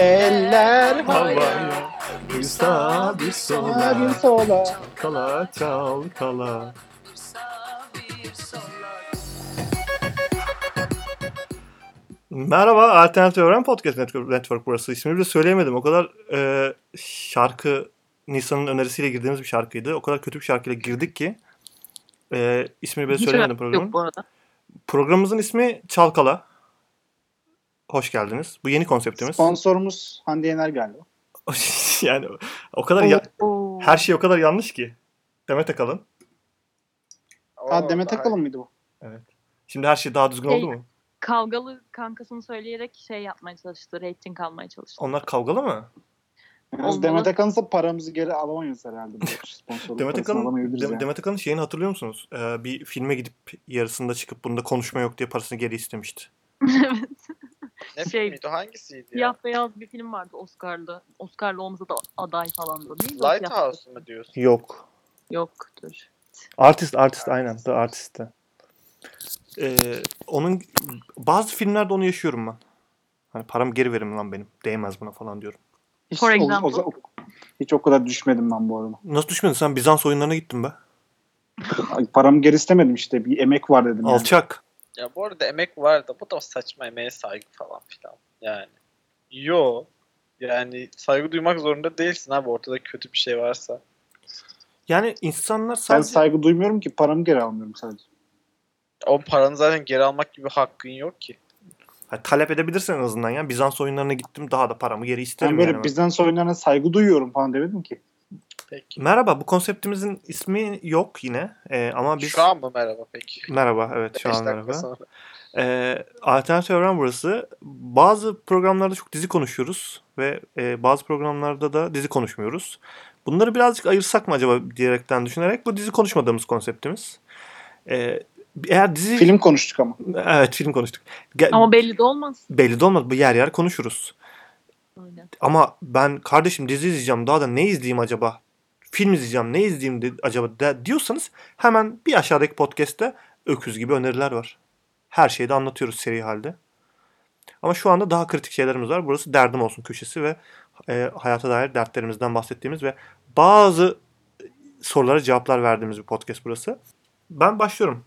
Eller Havaya bir sağa bir Sağa bir sola sola. Kala çalkala Merhaba Alternatif Öğren Podcast Network, Network burası. İsmini bile söyleyemedim. O kadar e, şarkı Nisan'ın önerisiyle girdiğimiz bir şarkıydı. O kadar kötü bir şarkıyla girdik ki e, ismini bile Hiç söyleyemedim alakası programın. Yok bu arada. Programımızın ismi Çalkala. Hoş geldiniz. Bu yeni konseptimiz. Sponsorumuz Hande Yener galiba. yani o kadar ya- Oo. her şey o kadar yanlış ki. Demet Akalın. Ha Demet Akalın mıydı bu? Şimdi her şey daha düzgün Şey- oldu mu? Kavgalı kankasını söyleyerek şey yapmaya çalıştı. Rating almaya çalıştı. Onlar kavgalı mı? Yalnız Demet Akalın'sa paramızı geri alamayız herhalde. bu Sponsorluk Demet parasını Akalın, alamayabiliriz Dem- yani. Demet Akalın şeyini hatırlıyor musunuz? Ee, bir filme gidip yarısında çıkıp bunda konuşma yok diye parasını geri istemişti. evet. Ne Şey- filmiydi? Hangisiydi ya? Siyah beyaz bir film vardı Oscar'lı. Oscar'lı olmasa da aday falan da değil mi? Siyah- Lighthouse mı diyorsun? Yok. Yoktur. Artist, artist aynen. The Artist'te. Ee, onun bazı filmlerde onu yaşıyorum ben. Hani param geri verin lan benim. Değmez buna falan diyorum. Hiç, For o- o- example. o- hiç o kadar düşmedim ben bu arada. Nasıl düşmedin sen? Bizans oyunlarına gittin be. Ay, Paramı geri istemedim işte. Bir emek var dedim. yani. Alçak. Ya bu arada emek var da bu da saçma emeğe saygı falan filan. Yani. Yo. Yani saygı duymak zorunda değilsin abi ortada kötü bir şey varsa. Yani insanlar Ben sadece... saygı duymuyorum ki paramı geri almıyorum sadece. O paranı zaten geri almak gibi hakkın yok ki. Ha, talep edebilirsin en azından ya. Bizans oyunlarına gittim daha da paramı geri isterim. Ben böyle yani. Bizans oyunlarına saygı duyuyorum falan demedim ki. Peki. Merhaba bu konseptimizin ismi yok yine. Ee, ama biz... Şu an mı merhaba peki? Merhaba evet şu Beş an dakika merhaba. sonra. Ee, Alternatif Evren burası. Bazı programlarda çok dizi konuşuyoruz ve e, bazı programlarda da dizi konuşmuyoruz. Bunları birazcık ayırsak mı acaba diyerekten düşünerek bu dizi konuşmadığımız konseptimiz. Ee, eğer dizi... Film konuştuk ama. Evet film konuştuk. Ge- Ama belli de olmaz. Belli de olmaz bu yer yer konuşuruz. Aynen. Ama ben kardeşim dizi izleyeceğim daha da ne izleyeyim acaba? Film izleyeceğim ne izleyeyim de, acaba de, diyorsanız hemen bir aşağıdaki podcast'te öküz gibi öneriler var. Her şeyi de anlatıyoruz seri halde. Ama şu anda daha kritik şeylerimiz var. Burası derdim olsun köşesi ve e, hayata dair dertlerimizden bahsettiğimiz ve bazı e, sorulara cevaplar verdiğimiz bir podcast burası. Ben başlıyorum.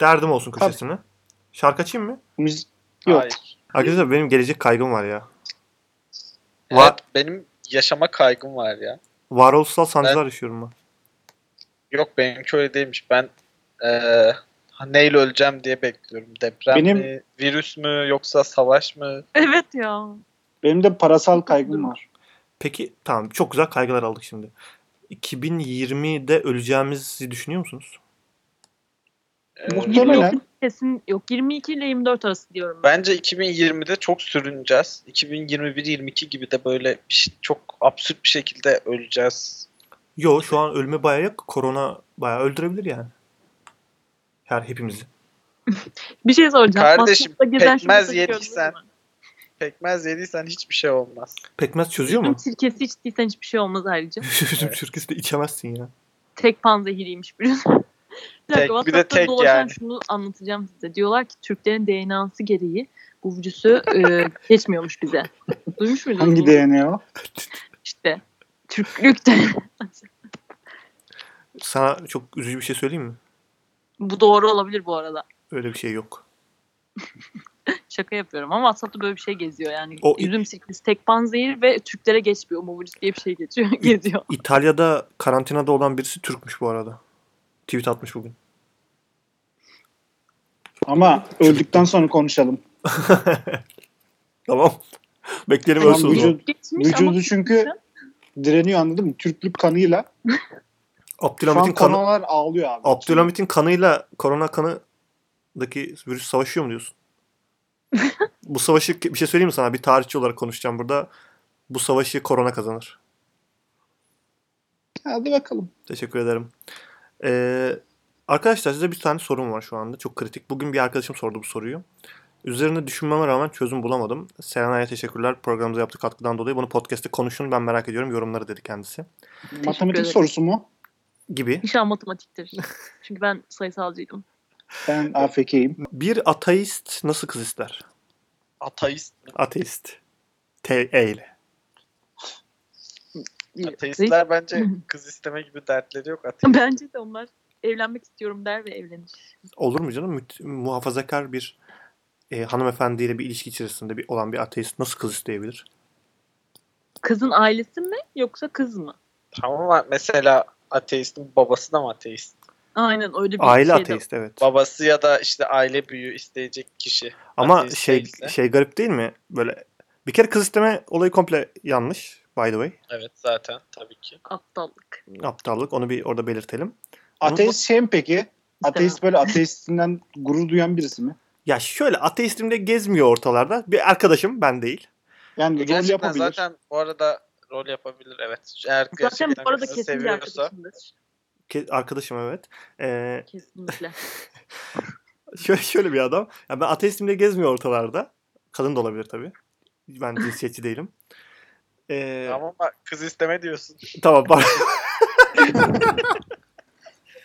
Derdim olsun Tabii. köşesine. Şarkı açayım mı? Müzik yok. Hayır. Arkadaşlar benim gelecek kaygım var ya. Evet, Va- benim yaşama kaygım var ya. Varoluşsal sancılar yaşıyorum ben. Yok benimki öyle değilmiş. Ben eee neyle öleceğim diye bekliyorum. Deprem Benim- mi, virüs mü yoksa savaş mı? Evet ya. Benim de parasal kaygım var. Peki tamam çok güzel kaygılar aldık şimdi. 2020'de öleceğimizi düşünüyor musunuz? Eee, Muhtemelen. Kesin yok. 22 ile 24 arası diyorum. Ben. Bence 2020'de çok sürüneceğiz. 2021-22 gibi de böyle bir şey- çok absürt bir şekilde öleceğiz. Yo şu an ölme bayağı yok. Korona bayağı öldürebilir yani. Her hepimizi. Bir şey soracağım. Kardeşim, Masrafta gezen şu pekmez mesajı yediysen- gördün mü? Pekmez yediysen hiçbir şey olmaz. Pekmez çözüyor mu? Üzüm sirkesi içtiysen hiçbir şey olmaz ayrıca. Üzüm şirkesi de içemezsin ya. tek panzehiriymiş biliyorsun. bir Tek, dakika bir de WhatsApp'ta tek dolaşan yani. şunu anlatacağım size. Diyorlar ki Türklerin DNA'sı gereği bu virüsü e, geçmiyormuş bize. Duymuş muydunuz? Hangi bunu? DNA o? İşte Türklük de. Sana çok üzücü bir şey söyleyeyim mi? bu doğru olabilir bu arada. Öyle bir şey yok. Şaka yapıyorum ama WhatsApp'ta böyle bir şey geziyor yani. O- Üzüm sirkesi tek panzehir ve Türklere geçmiyor. Omovirüs diye bir şey geçiyor. geziyor. İtalya'da karantinada olan birisi Türkmüş bu arada. Tweet atmış bugün. Ama öldükten sonra konuşalım. Tamam. Bekleyelim Tamam, ölsün o zaman. vücut- Geçmiş ama Vücudu çünkü direniyor anladın mı? Türklük kanıyla. Şu Abdülhamit'in an kanı, koronalar ağlıyor abi. Abdülhamit'in kanıyla korona kanıdaki virüs savaşıyor mu diyorsun? bu savaşı bir şey söyleyeyim mi sana? Bir tarihçi olarak konuşacağım burada. Bu savaşı korona kazanır. Hadi bakalım. Teşekkür ederim. Ee, arkadaşlar size bir tane sorum var şu anda. Çok kritik. Bugün bir arkadaşım sordu bu soruyu. Üzerine düşünmeme rağmen çözüm bulamadım. Serenay'a teşekkürler programımıza yaptığı katkıdan dolayı. Bunu podcast'te konuşun ben merak ediyorum. Yorumları dedi kendisi. Matematik ederim. sorusu mu? Gibi. inşallah matematiktir. Çünkü ben sayısalcıydım. Ben AFK'yim. Bir ateist nasıl kız ister? Ateist mi? Ateist. T E ile. Ateistler bence kız isteme gibi dertleri yok. Ateist. Bence de onlar evlenmek istiyorum der ve evlenir. Olur mu canım? Müt- muhafazakar bir e, hanımefendiyle bir ilişki içerisinde bir olan bir ateist nasıl kız isteyebilir? Kızın ailesi mi yoksa kız mı? Tamam ama mesela ateistin babası da mı ateist? Aynen öyle bir Aile şey de- ateist evet. Babası ya da işte aile büyüğü isteyecek kişi. Ama ateist şey değilse. şey garip değil mi? Böyle bir kere kız isteme olayı komple yanlış by the way. Evet zaten tabii ki. Aptallık. Aptallık onu bir orada belirtelim. Ateist şey mi peki? Ateist böyle ateistinden gurur duyan birisi mi? Ya şöyle ateistim de gezmiyor ortalarda. Bir arkadaşım ben değil. Yani rol E, Gerçekten yapabilir. zaten bu arada rol yapabilir evet. Eğer Zaten gerçekten bu arada kızı kesin bir seviyorsa arkadaşımdır. Ke- arkadaşım evet. Ee, Kesinlikle. şöyle şöyle bir adam. Ya ben ateistim de gezmiyor ortalarda. Kadın da olabilir tabii. Ben cinsiyetçi değilim. Ee, ama bak kız isteme diyorsun. Tamam pardon.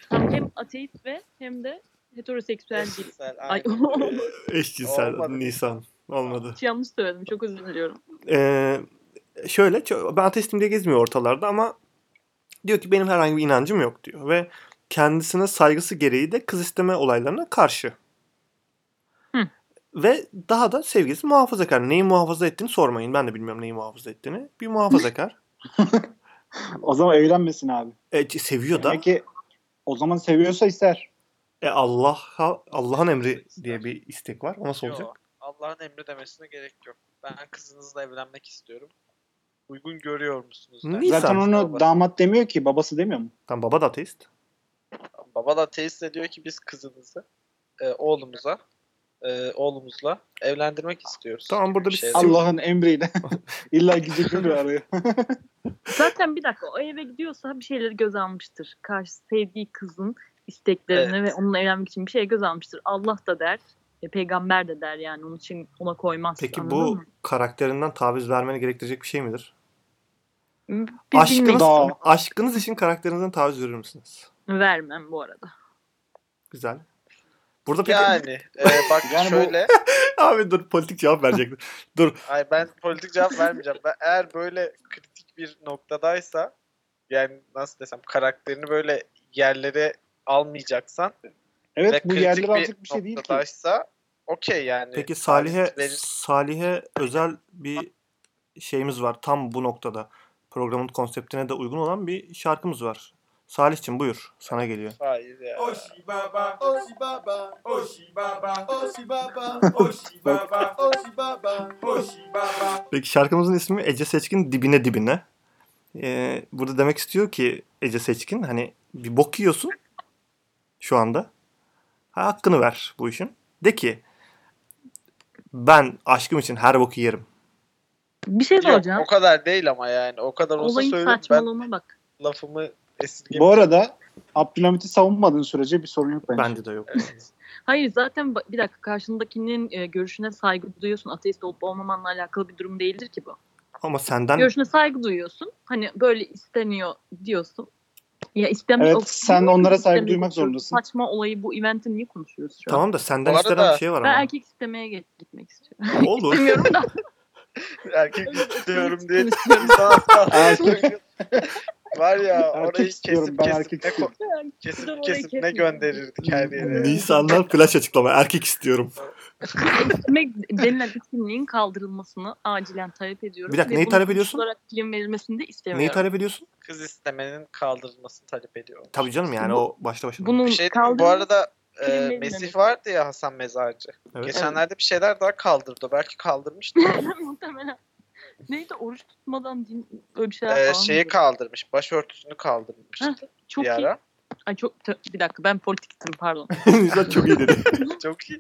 hem ateist ve hem de heteroseksüel değil. Eşcinsel, Ay, aynen. Ee, Eşcinsel Olmadı. Nisan. Olmadı. Hiç yanlış söyledim. Çok özür diliyorum. Ee, şöyle ço- ben ateistim diye gezmiyor ortalarda ama diyor ki benim herhangi bir inancım yok diyor ve kendisine saygısı gereği de kız isteme olaylarına karşı. Hı. Ve daha da sevgilisi muhafazakar. Neyi muhafaza ettiğini sormayın. Ben de bilmiyorum neyi muhafaza ettiğini. Bir muhafazakar. O zaman evlenmesin abi. e, ç- seviyor da. Demek ki o zaman seviyorsa ister. E, Allah'a Allah'ın emri diye bir istek var. O nasıl Yo, olacak? Allah'ın emri demesine gerek yok. Ben kızınızla evlenmek istiyorum. Uygun görüyor musunuz? der. Nisan. Zaten onu Babası- damat demiyor ki. Babası demiyor mu? Tam baba da ateist. Baba da teyze diyor ki biz kızınızı e, oğlumuza e, oğlumuzla evlendirmek istiyoruz. Tamam, burada bir şey. sal- yok. Allah'ın emriyle. İlla gidecek mi bir araya? Zaten bir dakika o eve gidiyorsa bir şeyleri göz almıştır. Karşı sevdiği kızın isteklerini Evet. ve onunla evlenmek için bir şey göz almıştır. Allah da der, e, peygamber de der yani onun için ona koymaz. Peki anladın bu mı? karakterinden taviz vermeni gerektirecek bir şey midir? Biz Aşkınız, bilmeyiz. Daha. aşkınız için karakterinizden taviz verir misiniz? Vermem bu arada. Güzel. Burada peki... Yani e, bak Yani bu- şöyle Abi dur politik cevap verecektim. ay ben politik cevap vermeyeceğim. Ben eğer böyle kritik bir noktadaysa yani nasıl desem karakterini böyle yerlere almayacaksan Evet ve bu kritik yerler artık bir şey değil ki. noktadaysa okey yani. Peki Taviz Salih'e verirsin. Salih'e özel bir şeyimiz var tam bu noktada. Programın konseptine de uygun olan bir şarkımız var. Salih'cim buyur sana geliyor. Hayır ya. Oshibaba, Oshibaba, Oshibaba, Oshibaba, Oshibaba, Oshibaba, Oshibaba. Peki şarkımızın ismi Ece Seçkin Dibine Dibine. Ee, burada demek istiyor ki Ece Seçkin hani bir bok yiyorsun şu anda. Ha, hakkını ver bu işin. De ki ben aşkım için her boku yerim. Bir şey Yok, soracağım. o kadar değil ama yani. O kadar olsa Olayın söyleyeyim ben saçmalığına bak. lafımı esirgemeyeceğim. Bu arada Abdülhamit'i savunmadığın sürece bir sorun yok bence. Bence de yok. Hayır zaten ba- bir dakika karşındakinin e, görüşüne saygı duyuyorsun. Ateist olup olmamanla alakalı bir durum değildir ki bu. Ama senden Görüşüne saygı duyuyorsun. Hani böyle isteniyor diyorsun. Ya istemiyor. Evet, sen onlara saygı duymak zorundasın. Saçma olayı bu eventin niye konuşuyoruz şu an? tamam da senden Bu istenen arada- bir şey var Ben ama. erkek istemeye ge- gitmek istiyorum. Olur. İstemiyorum da. Erkek istiyorum diye İstiyorum. Sağ- sağ- Erkek- Var ya Erkek orayı istiyorum, kesip ben kesip, erkek ne, istiyorum. ko- kesip, Orayı kesip ne kesmiyorum. gönderirdik her yere. Nisan'dan flash açıklama. Erkek istiyorum. İstemek denilen etkinliğin kaldırılmasını acilen talep ediyorum. Bir dakika, Ve neyi bunu talep ediyorsun? konuşularak film verilmesini de istemiyorum. Neyi talep ediyorsun? Kız istemenin kaldırılmasını talep ediyorum. Tabii canım yani Bu- o başta başına. Bunun Bir şey diyeyim mi? Hmm, kaldırılması bu arada e, filmlerin Mesih önemi. vardı ya Hasan Mezarcı. Evet. Geçenlerde bir şeyler daha kaldırdı. Belki kaldırmıştı. muhtemelen. Neydi oruç tutmadan din öyle bir şeyler Ee, falan. şeyi dedi. kaldırmış. Başörtüsünü kaldırmış. Heh, Ah, çok bir iyi. ara. Ay çok tö- bir dakika ben politiktim pardon. Nisan çok iyi dedi. Çok iyi.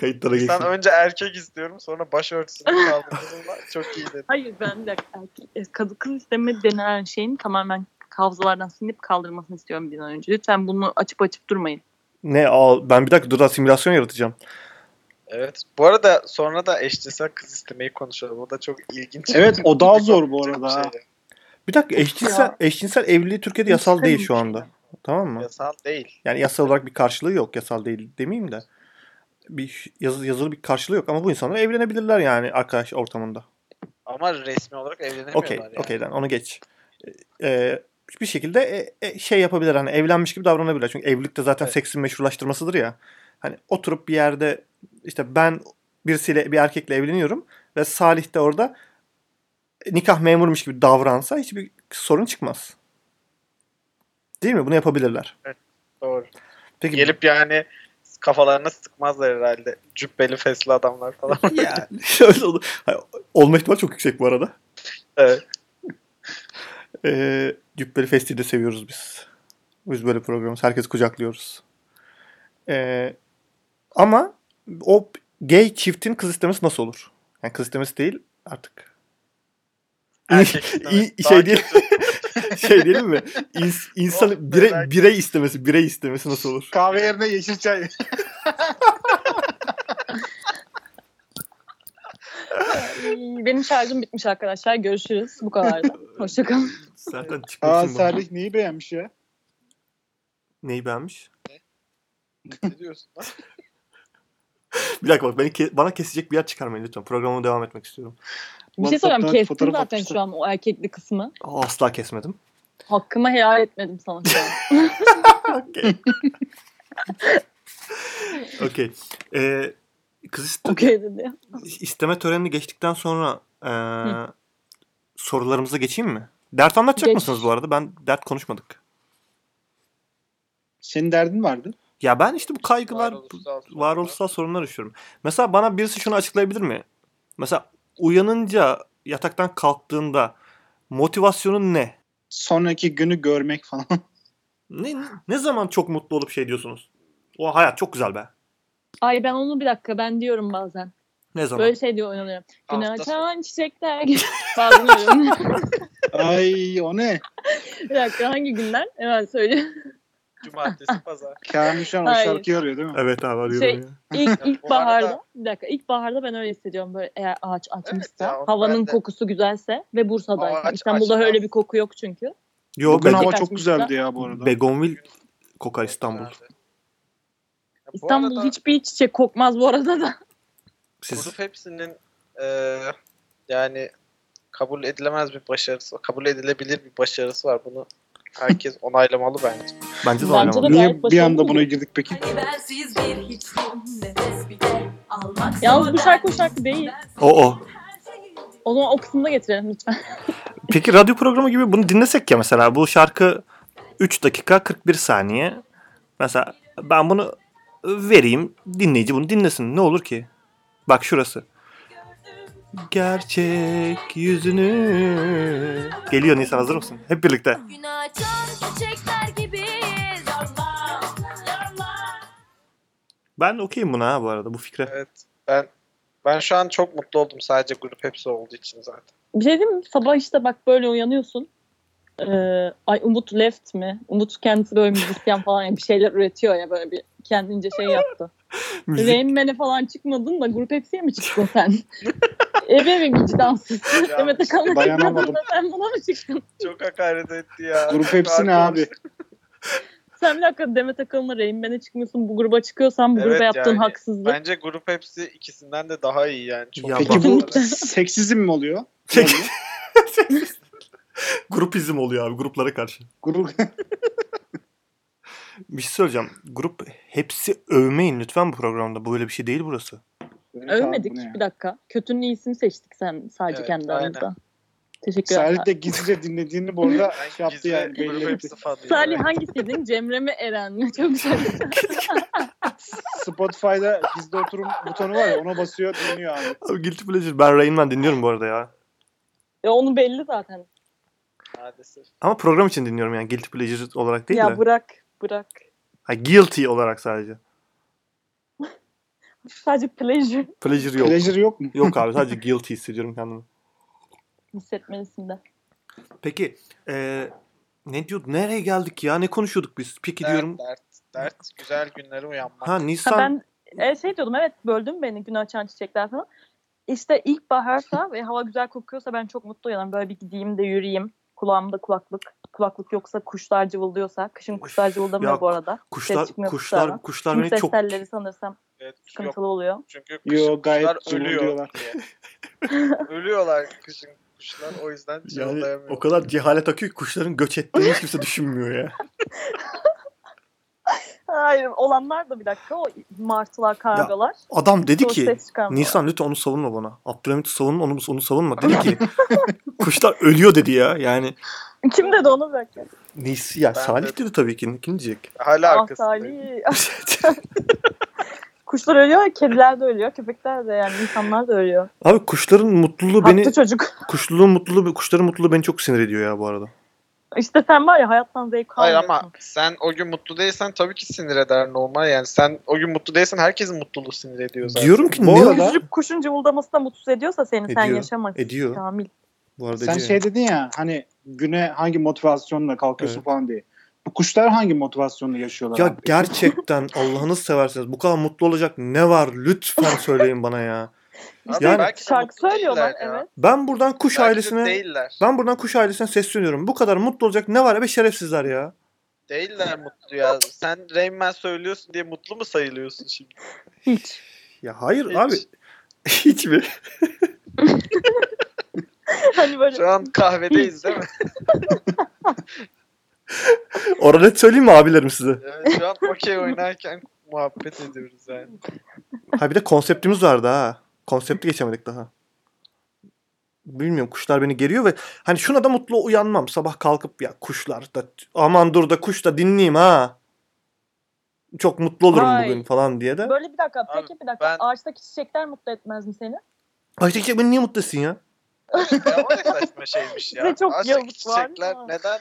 Kayıtlara geçti. Sen önce erkek istiyorum sonra başörtüsünü kaldırdığında çok iyi dedi. Hayır ben bir dakika erkek, e, kadın kız isteme denen şeyin tamamen hafızalardan silinip kaldırılmasını istiyorum bir an önce. Lütfen bunu açıp açıp durmayın. Ne al ben bir dakika dur daha simülasyon yaratacağım. Evet. Bu arada sonra da eşcinsel kız istemeyi konuşalım. O da çok ilginç. Evet, o daha zor bu Çok arada. şey ha. yani. Bir dakika eşcinsel, eşcinsel evliliği Türkiye'de yasal değil şu anda. Tamam mı? Yasal değil. Yani yasal olarak bir karşılığı yok. Yasal değil demeyeyim de. Bir yazı, yazılı bir karşılığı yok ama bu insanlar evlenebilirler yani arkadaş ortamında. Ama resmi olarak evlenemiyorlar Okey, yani. okey lan onu geç. Ee, bir şekilde e, e, şey yapabilir hani evlenmiş gibi davranabilir. Çünkü evlilikte zaten Evet. seksin meşrulaştırmasıdır ya. Hani oturup bir yerde işte ben birisiyle bir erkekle evleniyorum ve Salih de orada nikah memurmuş gibi davransa hiçbir sorun çıkmaz. Değil mi? Bunu yapabilirler. Doğru. Peki Gelip yani kafalarına sıkmazlar herhalde. Cübbeli fesli adamlar falan. ya şöyle olur. Hayır, olma ihtimali çok yüksek bu arada. Evet. Ee, Cübbeli Festi'yi de seviyoruz biz. Biz böyle programız. Herkesi kucaklıyoruz. Ee, ama o gay çiftin kız istemesi nasıl olur? Yani kız istemesi değil artık. Erkek İyi- istemesi. şey Daha değil. şey değil mi? İns, Oh, insan birey, merak- birey istemesi, birey istemesi nasıl olur? Kahve yerine yeşil çay. Benim şarjım bitmiş arkadaşlar. Görüşürüz. Bu kadar da. Hoşçakalın. Zaten Aa Salih neyi beğenmiş ya? Neyi beğenmiş? Ne diyorsun lan? Bir dakika bak beni ke- bana kesecek bir yer çıkarmayın lütfen. Programa devam etmek istiyorum. Bir şey soracağım. WhatsApp'tan Kestin fotoğraf zaten atmışlar. şu an o erkekli kısmı. Aa, Asla kesmedim. Hakkımı helal etmedim sana şu an. Okey. Okey. Ee, kız iste- Okey dedi. isteme törenini geçtikten sonra ee, sorularımıza geçeyim mi? Dert anlatacak Geç. mısınız bu arada? Ben dert konuşmadık. Senin derdin vardı. Ya ben işte bu kaygılar, bu Varoluşsal sorunlar. varoluşsal sorunlar yaşıyorum. Mesela bana birisi şunu açıklayabilir mi? Mesela uyanınca yataktan kalktığında motivasyonun ne? Sonraki günü görmek falan. Ne, ne zaman çok mutlu olup şey diyorsunuz? O hayat çok güzel be. Ay ben onu bir dakika ben diyorum bazen. Ne zaman? Böyle şey diyor oynanıyorum. Güne Hafta açan çiçekler gibi. bazen diyorum. Ay o ne? bir dakika hangi günler? Hemen söyle. Cumartesi, pazar. Kerem şu an o Hayır. şarkıyı arıyor değil mi? Evet abi arıyorum Şey- ya. İlk, ilk Bu arada- baharda bir dakika ilk baharda ben öyle hissediyorum böyle eğer ağaç açmışsa ya, onu ben havanın de- kokusu güzelse ve Bursa'dayken Ağaç İstanbul'da açmaz. öyle bir koku yok çünkü. Yo Bugün Beg- hava çok Kaçmışlar. güzeldi ya bu arada. Begonvil kokar İstanbul. Nerede? Ya bu İstanbul arada hiçbir çiçek kokmaz bu arada da. Siz Grup hepsinin eee, yani kabul edilemez bir başarısı var. Kabul edilebilir bir başarısı var. Bunu herkes onaylamalı bence. bence Bence de oynamalı. de- Niye Gayet bir anda başarılı buna oldu. girdik peki? Hani bensiz bir hiçim nefes bile almak Yalnız bu zor şarkı o şarkı değil. O o. O zaman o kısmını da getirelim lütfen. Peki radyo programı gibi bunu dinlesek ya mesela bu şarkı 3 dakika 41 saniye. Mesela ben bunu vereyim dinleyici bunu dinlesin ne olur ki? Bak şurası. Gerçek yüzünü. Geliyor Nisan hazır mısın? Hep birlikte. Gün açan çiçekler gibi yorma, yorma. Ben okeyim buna ha bu arada bu fikre. Evet. Ben ben şu an çok mutlu oldum sadece grup hepsi olduğu için zaten. Bir şey diyeyim mi? Sabah işte bak böyle uyanıyorsun. Ee, ay Umut Left mi? Umut kendisi böyle müzisyen falan ya bir şeyler üretiyor ya böyle bir kendince şey yaptı. Müzik. Rain Man'e falan çıkmadın da grup hepsiye mi çıktın sen? Eve mi vicdansız? Ya, Demet Akalın'a dayanamadım. çıkmadın da sen buna mı çıktın? Çok hakaret etti ya. Grup hepsi ne Arkadaş- abi? Sen bir dakika Demet Akalın'a Rain Man'e çıkmıyorsun bu gruba çıkıyorsan bu Evet gruba yaptığın yani. haksızlık. Bence grup hepsi ikisinden de daha iyi yani. Çok Ya Peki bak- bu seksizm mi oluyor? Sek- Ne oluyor? Grupizm oluyor abi gruplara karşı. Grup Bir şey söyleyeceğim. Grup hepsi övmeyin lütfen bu programda. Böyle bir şey değil burası. Övmedik Bu ne ya? bir dakika. Kötünün iyisini seçtik sen sadece Evet, kendi aynen. aramızda. Teşekkür ederim. Salih de gizlice dinlediğini bu arada Ben şey yaptı gizli yani. grup Belli etti. hepsi fanıyım. Salih Evet. hangisiydin? Cemre mi Eren mi? Çok güzel. Spotify'da gizli oturum butonu var ya ona basıyor dinliyor abi. Abi Guilty Pleasure. Ben Rain Man dinliyorum bu arada ya. ya onu belli zaten. Maalesef. Ama program için dinliyorum yani Guilty Pleasure olarak değil ya de. bırak bırak. Ha, guilty olarak sadece. Sadece pleasure Pleasure yok. Pleasure yok mu? Yok abi sadece guilty hissediyorum kendimi. hissetmelisin de. Peki e, ne diyor? Nereye geldik ya? Ne konuşuyorduk biz? Peki diyorum. Dert, dert, dert. Güzel günlere uyanmak. Ha Ha, Nisan. ben e, şey diyordum evet böldüm beni gün açan çiçekler falan. İşte ilkbaharsa ve hava güzel kokuyorsa ben çok mutlu uyanırım. Böyle bir gideyim de yürüyeyim. Kulağımda kulaklık. Kulaklık yoksa kuşlar cıvıldıyorsa. Kışın kuşlar Üf, cıvıldamıyor ya, bu arada. kuşlar ses çıkmıyor kuşlar kuşlardan. kuşlar Kuş beni ses çok telleri sanırsam. Evet, yok. sıkıntılı oluyor. Çünkü kışın Yo gayet kuşlar ölüyor. ölüyorlar. diye. ölüyorlar kışın kuşlar. O yüzden şey Yani cıvıldayamıyor. o kadar cehalet akıyor ki kuşların göç ettiğini hiç kimse düşünmüyor ya. Hayır olanlar da bir dakika o martılar, kargalar. Adam dedi Sonra ki ses çıkarmıyor. Nisan lütfen onu savunma bana. Abdülhamit savunun onu, onu savunma. Dedi ki kuşlar ölüyor dedi ya. Yani Kim dedi onu bırak. ya. Nis ya Ben Salih de- dedi tabii ki. Kim diyecek? Hala Ah arkasındayım. Salih. Kuşlar ölüyor, kediler de ölüyor, köpekler de yani insanlar da ölüyor. Abi kuşların mutluluğu beni Haklı çocuk. kuşluluğun mutluluğu kuşların mutluluğu beni çok sinir ediyor ya bu arada. İşte sen var ya hayattan zevk Hayır almıyorsun. ama sen o gün mutlu değilsen tabii ki sinir eder normal. Yani sen o gün mutlu değilsen herkesin mutluluğu sinir ediyor zaten. Diyorum ki Bu ne arada- olacak? Üzülüp kuşun cıvıldaması da mutsuz ediyorsa seni sen Ediyor, yaşamazsın. ediyor. Kamil. Bu arada Sen diyor. şey dedin ya hani güne hangi motivasyonla kalkıyorsun Evet. falan diye. Bu kuşlar hangi motivasyonla yaşıyorlar? ya abi? gerçekten Allah'ını seversiniz bu kadar mutlu olacak ne var lütfen söyleyin bana ya. Abi Yani- belki de Şarkı mutlu söylüyorlar değiller ya. evet. Ben buradan kuş Belki de ailesine değiller. ben buradan kuş ailesine sesleniyorum. Bu kadar mutlu olacak ne var be şerefsizler ya. Değiller mutlu ya. Sen Rain Man söylüyorsun diye mutlu mu sayılıyorsun şimdi? Hiç. Ya hayır Hiç. abi. Hiç mi? hani böyle Şu an kahvedeyiz değil mi? Orada net söyleyeyim mi abilerim size? Evet, şu an okey oynarken muhabbet ediyoruz yani. Ha bir de konseptimiz vardı ha. Konsepti geçemedik daha. Bilmiyorum kuşlar beni geriyor ve hani şuna da mutlu uyanmam. Sabah kalkıp ya kuşlar da aman dur da kuş da dinleyeyim ha. Çok mutlu olurum Vay. bugün falan diye de. böyle bir dakika Abi, peki bir dakika ben- ağaçtaki çiçekler mutlu etmez mi seni? Ayşe çiçek beni niye mutlu etsin ya? Ya o ne saçma şeymiş ya. Size çok Ağaçtaki yavuk var çiçekler mı? neden?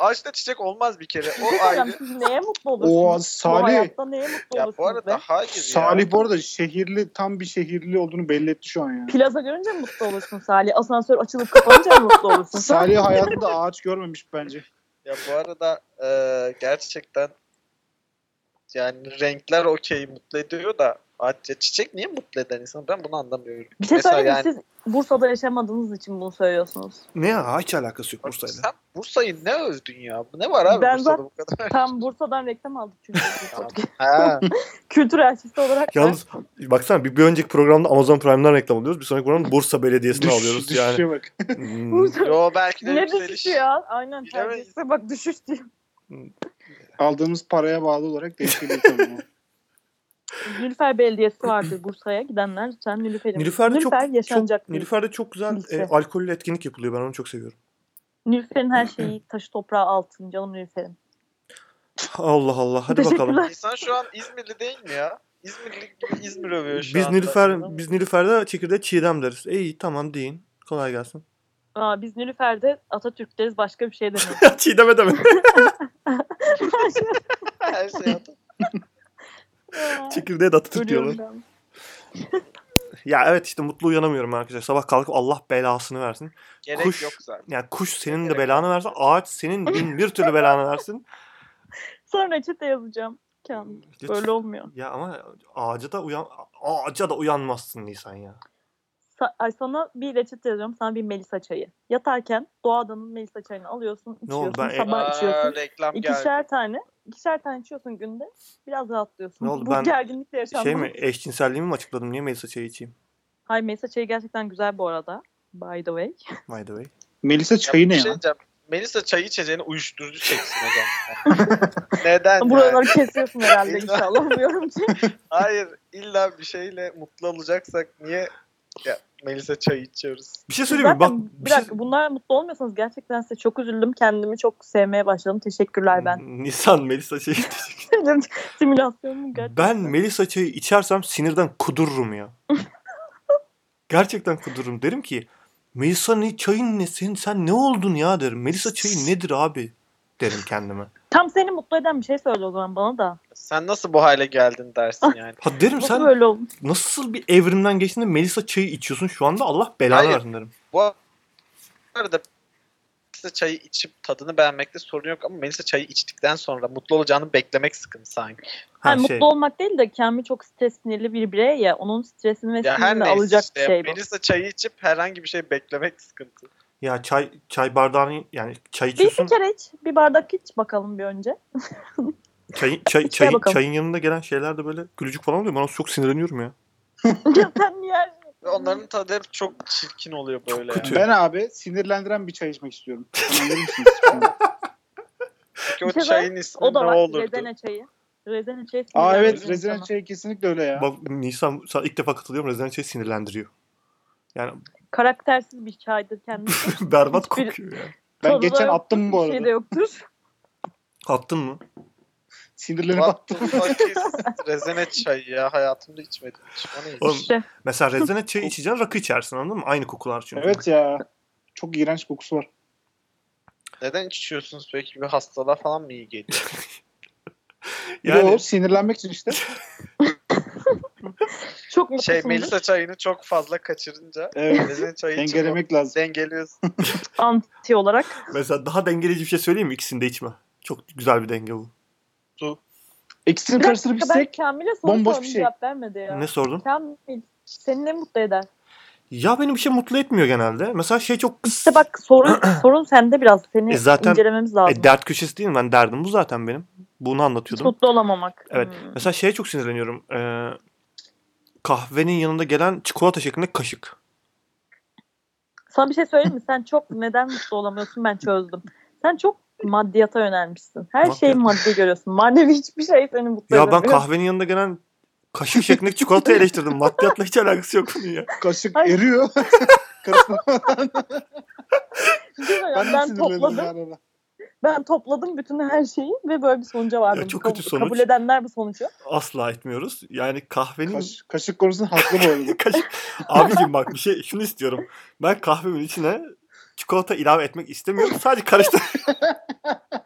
Ağaçta çiçek olmaz bir kere. O Yani ayrı. siz neye mutlu O olursunuz? Bu Salih. hayatta neye mutlu Ya bu olursunuz arada be? hayır ya. Salih bu arada şehirli tam bir şehirli olduğunu belli etti şu an ya. Plaza görünce mi mutlu olursun Salih? Asansör açılıp kapanınca mı mutlu olursun? Salih hayatında ağaç görmemiş bence. Ya bu arada e, gerçekten yani renkler okey mutlu ediyor da ağaçta çiçek niye mutlu eden insan? Ben bunu anlamıyorum. Bir şey Mesela söyleyeyim mi? yani- Siz Bursa'da yaşamadığınız için bunu söylüyorsunuz. Ne ya? Hiç alakası yok Bursa'yla. Sen Bursa'yı ne övdün ya? Bu ne var abi Ben Bursa'da bu kadar? Tam Bursa'dan reklam aldık çünkü. ha. Kültür elçisi olarak da Yalnız baksana bir, bir önceki programda Amazon Prime'dan reklam alıyoruz. Bir sonraki programda Bursa Belediyesi'ni alıyoruz yani. düşüşe bak. Hmm. Bursa. Yo belki de Ne yükseliş. düşüşü ya? Aynen Bilemeyiz. terbiyesize bak düşüş diyor. Aldığımız paraya bağlı olarak değişebilir tabii. bu. Nilüfer Belediyesi vardır Bursa'ya gidenler. Sen Nilüfer'in. Nilüfer'de çok, Nilüfer yaşanacak çok bir- Nilüfer'de çok güzel Lise. e, alkollü etkinlik yapılıyor. Ben onu çok seviyorum. Nilüfer'in her şeyi taşı toprağı altın canım Nilüfer'in. Allah Allah. Hadi bakalım. Teşekkürler. İnsan şu an İzmirli değil mi ya? İzmirli gibi İzmir övüyor şu Biz anda. Nilüfer, biz Nilüfer'de çekirdeğe çiğdem deriz. E, İyi tamam deyin. Kolay gelsin. Aa, biz Nilüfer'de Atatürk deriz başka bir şey demiyoruz. Ya çiğdem edeme. Her şey atıp. Aa, Çekirdeğe de Atatürk diyorlar. Ölüyorum ben. Ya evet işte mutlu uyanamıyorum arkadaşlar. Sabah kalkıp Allah belasını versin. Gerek Kuş. yok zaten. Yani kuş senin de Gerek belanı versin. Ağaç senin bin bir türlü belanı versin. Sonra çete yazacağım. Kamil. Lütfen. Böyle olmuyor. Ya ama ağaca da uyan ağaca da uyanmazsın Nisan ya. Sa- Ay sana bir reçete yazıyorum. Sana bir melisa çayı. Yatarken doğadanın melisa çayını alıyorsun, Ne oldu? içiyorsun, Ben- sabah Aa, içiyorsun. reklam geldi. İkişer tane. ikişer tane içiyorsun günde. Biraz rahatlıyorsun. Ne oldu? Bu Ben- gerginlikle yaşanmalı. Şey mi eşcinselliğimi mi açıkladım? Niye Melisa çayı içeyim? Hayır Melisa çayı gerçekten güzel bu arada. By the way. By the way. Melisa Ya çayı bir ne şey ya? diyeceğim. Melisa çayı içeceğini uyuşturucu çeksin o zaman. Neden? Buraları yani? kesiyorsun herhalde inşallah. Umuyorum ki. Hayır illa bir şeyle mutlu olacaksak niye ya, Melisa çayı içiyoruz? Bir şey söyleyeyim mi? Zaten Bak bir bir şey- dakika bunlar mutlu olmuyorsanız gerçekten size çok üzüldüm. Kendimi çok sevmeye başladım. Teşekkürler ben. Nisan Melisa çayı. Simülasyonum gerçekten. Hmm. Ben Melisa çayı içersem sinirden kudururum ya. Gerçekten kudururum. Derim ki Melisa ne çayın ne sen sen ne oldun ya derim. Melisa çayı nedir abi derim kendime. Tam seni mutlu eden bir şey söyle o zaman bana da. Sen nasıl bu hale geldin dersin yani. Ha derim Nasıl sen böyle olmuş? nasıl bir evrimden geçtin de Melisa çayı içiyorsun şu anda Allah belanı Hayır. versin derim. Bu arada Melisa çayı içip tadını beğenmekte sorun yok ama Melisa çayı içtikten sonra mutlu olacağını beklemek sıkıntı sanki. Ha, Yani şey, Mutlu olmak değil de kendi çok stres sinirli bir birey ya. Onun stresini ve Ya her sinirini neyse alacak işte, bir şey bu. Melisa çayı içip herhangi bir şey beklemek sıkıntı. ya çay çay bardağını yani çay Bir, bir içiyorsun. kere iç. Bir bardak iç bakalım bir önce. Çay, çay, İçmeye çayın- bakalım. çayın yanında gelen şeyler de böyle gülücük falan oluyor. Ben ona çok sinirleniyorum ya. Sen niye? Ve Hmm. Onların tadı hep çok çirkin oluyor böyle. kötü. Yani. Ben abi sinirlendiren bir çay içmek istiyorum. Anladın mısınız? Peki Bir o şey var, çayın ismi O ne da var. olurdu? Rezene çayı. Rezene çayı. Aa evet sinirlendiriyor rezene insanı. çayı kesinlikle öyle ya. Bak Nisan sana ilk defa katılıyorum. Rezan şey sinirlendiriyor. Yani Karaktersiz bir çaydır kendisi. berbat Hiçbir- kokuyor ya. ben Tadı da geçen yoktur, attım bu Bir şey arada. de yoktur. Attın mı? Sinirlenip attım. What the fuck is rezene çayı ya hayatımda içmedim. Hiç. O neymiş? Oğlum, İşte. Mesela rezene çayı içeceksin rakı içersin anladın mı? Aynı kokular çünkü. Evet ya. Çok iğrenç kokusu var. Neden içiyorsunuz peki? Bir hastalığa falan mı iyi geliyor? Yani... Yani o sinirlenmek için işte. Çok mutlusun. şey Melisa çayını çok fazla kaçırınca Evet. rezene çayı içip Dengelemek lazım. dengeliyorsun. Anti olarak. mesela daha dengeleyici bir şey söyleyeyim mi? İkisini de içme. Çok güzel bir denge bu. İkisini Bir karıştırıp dakika, ben içsek Kamil'e soru bomboş bir sordum şey. cevap vermedi ya. Ne sordun? Kamil seni ne mutlu eder? Ya beni bir şey mutlu etmiyor genelde. Mesela şey çok İşte bak sorun sorun sende biraz. Seni E zaten- incelememiz lazım. E, dert köşesi değil mi? Ben derdim bu zaten benim. Bunu Hiç anlatıyordum. mutlu olamamak. Evet. Hmm. Mesela şeye çok sinirleniyorum. Ee, kahvenin yanında gelen çikolata şeklinde kaşık. Sana bir şey söyleyeyim mi? Sen çok neden mutlu olamıyorsun ben çözdüm. Sen çok maddiyata yönelmişsin. Her Maddiyat. şeyi maddi görüyorsun. Manevi hiçbir şey seni mutlu Ya ben edemiyor. kahvenin yanında gelen kaşık şeklindeki çikolatayı eleştirdim. Maddiyatla hiç alakası yok bunun ya. kaşık Ay. eriyor. Değil mi? ben, Ben, ben topladım. topladım. Ben topladım bütün her şeyi ve böyle bir sonuca vardım. Ya çok kötü Kabul- sonuç. Kabul edenler bu sonucu. Asla etmiyoruz. Yani kahvenin... Kaş, kaşık konusunda haklı bu arada. kaşık... Abicim bak bir şey şunu istiyorum. Ben kahvemin içine çikolata ilave etmek istemiyorum. Sadece karıştır.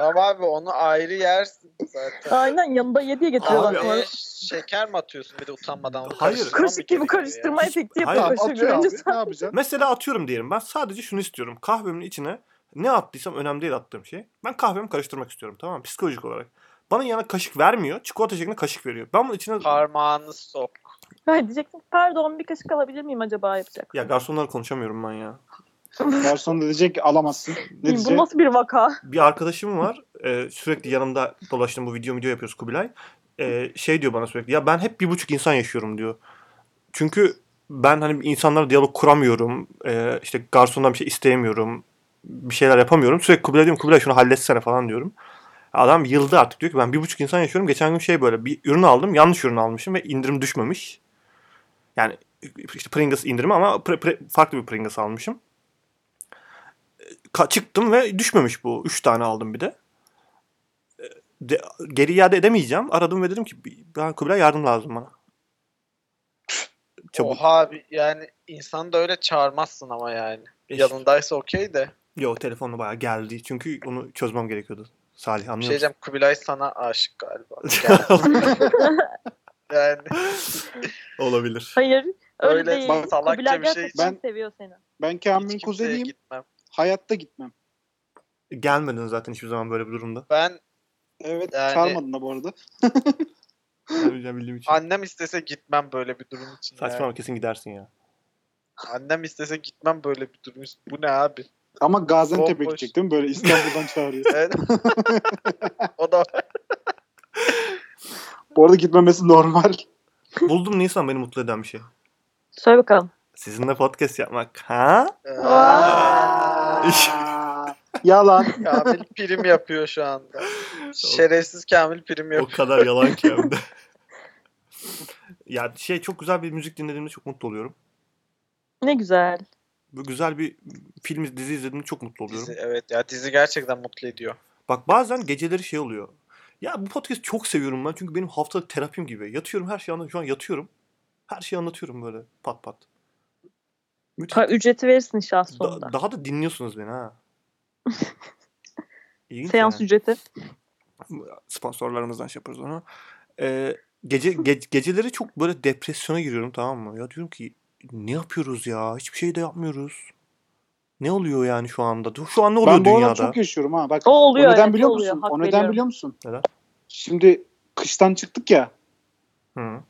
Ama abi onu ayrı yersin zaten. Aynen yanında yediye getiriyorlar. Abi, Abi sonra. ama- şeker mi atıyorsun bir de utanmadan? Onu Hayır. karıştırman mı Kaşık gibi gerekiyor karıştırma ya. efekti Hayır, yapıyor Tamam, kaşığı atıyor abi. görünce. Ne yapacaksın? Mesela atıyorum diyelim. Ben sadece şunu istiyorum. Kahvemin içine ne attıysam önemli değil attığım şey. Ben kahvemi karıştırmak istiyorum tamam mı? Psikolojik olarak. Bana yana kaşık vermiyor. Çikolata şeklinde kaşık veriyor. Ben bunun içine... ya? Parmağını sok. Hayır diyeceksin ki, pardon bir kaşık alabilir miyim acaba yapacak. Ya garsonlarla konuşamıyorum ben ya. Garson da diyecek ki alamazsın. Ne Değil, bu diyecek? nasıl bir vaka? Bir arkadaşım var. e, sürekli yanımda dolaştım. Bu video video yapıyoruz Kubilay. E, şey diyor bana sürekli. Ya ben hep bir buçuk insan yaşıyorum diyor. Çünkü ben hani insanlarla diyalog kuramıyorum. E, işte garsondan bir şey isteyemiyorum. Bir şeyler yapamıyorum. Sürekli Kubilay diyorum Kubilay şunu halletsene falan diyorum. Adam yıldı artık diyor ki ben bir buçuk insan yaşıyorum. Geçen gün şey böyle bir ürün aldım. Yanlış ürün almışım ve indirim düşmemiş. Yani işte Pringles indirimi ama pre- pre- farklı bir Pringles almışım. Ka- çıktım ve düşmemiş bu. Üç tane aldım bir de. E, de- geri iade edemeyeceğim. Aradım ve dedim ki ben Kubilay yardım lazım bana. Çabuk. Oha abi yani insanı da öyle çağırmazsın ama yani. Yanındaysa okey de. şey Yo telefonla bayağı geldi. Çünkü onu çözmem gerekiyordu. Salih Bir anlıyor şey musun? diyeceğim Kubilay sana aşık galiba. Yani, yani Olabilir. Hayır Öyle öyle, değil. salakça Kubilay bir şey gerçekten için- seviyor seni. Ben hiç Kamil'in kimseye kuzeniyim. gitmem. Hayatta gitmem. Gelmedin zaten hiçbir zaman böyle bir durumda. Ben Evet Yani- çağırmadın da bu arada. Gelmeyeceğim bildiğim için. annem istese gitmem böyle bir durum için. Saçmalama kesin gidersin ya. yani. Annem istese gitmem böyle bir durum için. Bu ne abi? Ama Gaziantep'e Bomboş. gidecek değil mi? Böyle İstanbul'dan çağırıyor. Evet. o da bu arada gitmemesi normal. Buldum Nisan beni mutlu eden bir şey. Söyle bakalım. Sizinle podcast yapmak. Ha? Ee, Aa, Aa, Yalan. Kamil prim yapıyor şu anda. Şerefsiz Kamil prim O yapıyor. kadar yalan ki hem de. ya şey çok güzel bir müzik dinlediğimde çok mutlu oluyorum. Ne güzel. Bu güzel bir film dizi izlediğimde çok mutlu oluyorum. Dizi, evet ya dizi gerçekten mutlu ediyor. Bak bazen geceleri şey oluyor. Ya bu podcast çok seviyorum ben çünkü benim haftalık terapim gibi. Yatıyorum her şeyi anlatıyorum. Şu an yatıyorum. Her şeyi anlatıyorum böyle pat pat. Müthiş. Ha, ücreti verirsin inşallah Da- sonunda. daha da dinliyorsunuz beni ha. İlginç Seans yani. ücreti. Sponsorlarımızdan şey yaparız onu. Ee, gece ge- geceleri çok böyle depresyona giriyorum tamam mı? Ya diyorum ki ne yapıyoruz ya? Hiçbir şey de yapmıyoruz. Ne oluyor yani şu anda? Şu an ne oluyor Ben bu dünyada? arada çok yaşıyorum ha. Bak O oluyor. o neden evet, biliyor oluyor. musun? Hak o neden veriyorum. biliyor musun? Neden? Şimdi kıştan çıktık ya. Hı.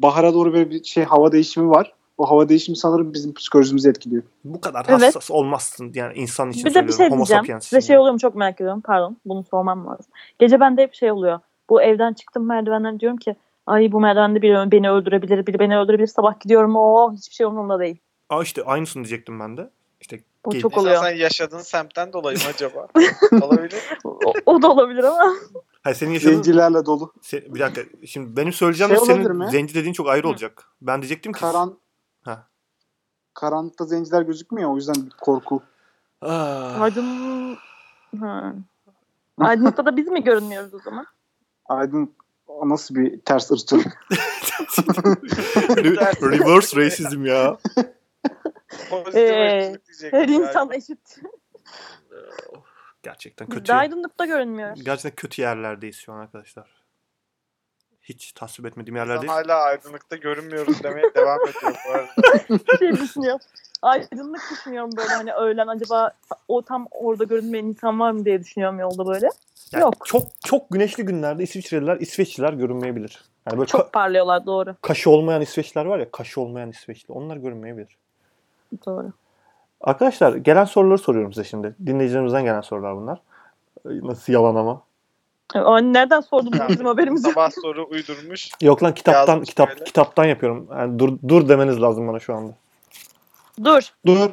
Bahara doğru böyle bir şey hava değişimi var. O hava değişimi sanırım bizim psikolojimizi etkiliyor. Bu kadar Evet. hassas olmazsın yani insan için Bir de bir söylüyorum. şey Homo diyeceğim. sapienssin Size şey yani. oluyor mu çok merak ediyorum. Pardon bunu sormam lazım. Gece bende hep şey oluyor. Bu evden çıktım merdivenden diyorum ki ay bu merdivende biri beni öldürebilir, biri beni öldürebilir. Sabah gidiyorum o hiçbir şey umurumda değil. Aa işte aynısını diyecektim ben de. İşte Bu Gel- çok İnsan oluyor. sen yaşadığın semtten dolayı mı acaba? Olabilir. O, o da olabilir ama. hayır, senin yaşadığın Zencilerle dolu. se- bir dakika şimdi benim söyleyeceğim Şey de senin olabilir mi? zenci dediğin çok ayrı olacak. Ben diyecektim ki Karan... Ha. Karanlıkta zenciler gözükmüyor o yüzden bir korku. Ah. Aydın... Ha. Aydınlıkta da biz mi görünmüyoruz o zaman? Aydın o nasıl bir ters ırkçılık? Re- reverse racism ya. Pozitif Ee, ırkçılık diyecektim Her galiba. insan eşit. Gerçekten Biz kötü. de aydınlıkta görünmüyoruz. Gerçekten kötü yerlerdeyiz şu an arkadaşlar. Hiç tasvip etmediğim Biz yerlerdeyiz. hala aydınlıkta görünmüyoruz demeye devam ediyor bu arada. şey düşünüyorum. Aydınlık düşünüyorum böyle hani öğlen acaba o tam orada görünmeyen insan var mı diye düşünüyorum yolda böyle. Yani Yok. Çok çok güneşli günlerde İsviçreliler, İsveçliler görünmeyebilir. Yani böyle Çok ka- parlıyorlar doğru. kaşı olmayan İsveçliler var ya, kaşı olmayan İsveçli. Onlar görünmeyebilir. Doğru. Arkadaşlar gelen soruları soruyorum size şimdi. Dinleyicilerimizden gelen sorular bunlar. Ay, Nasıl yalan ama. O hani nereden sordum bunu bizim haberimiz yok. Sabah soru uydurmuş. Yok lan kitaptan Yazmış kitap böyle. kitaptan yapıyorum. Yani dur dur demeniz lazım bana şu anda. Dur. Dur.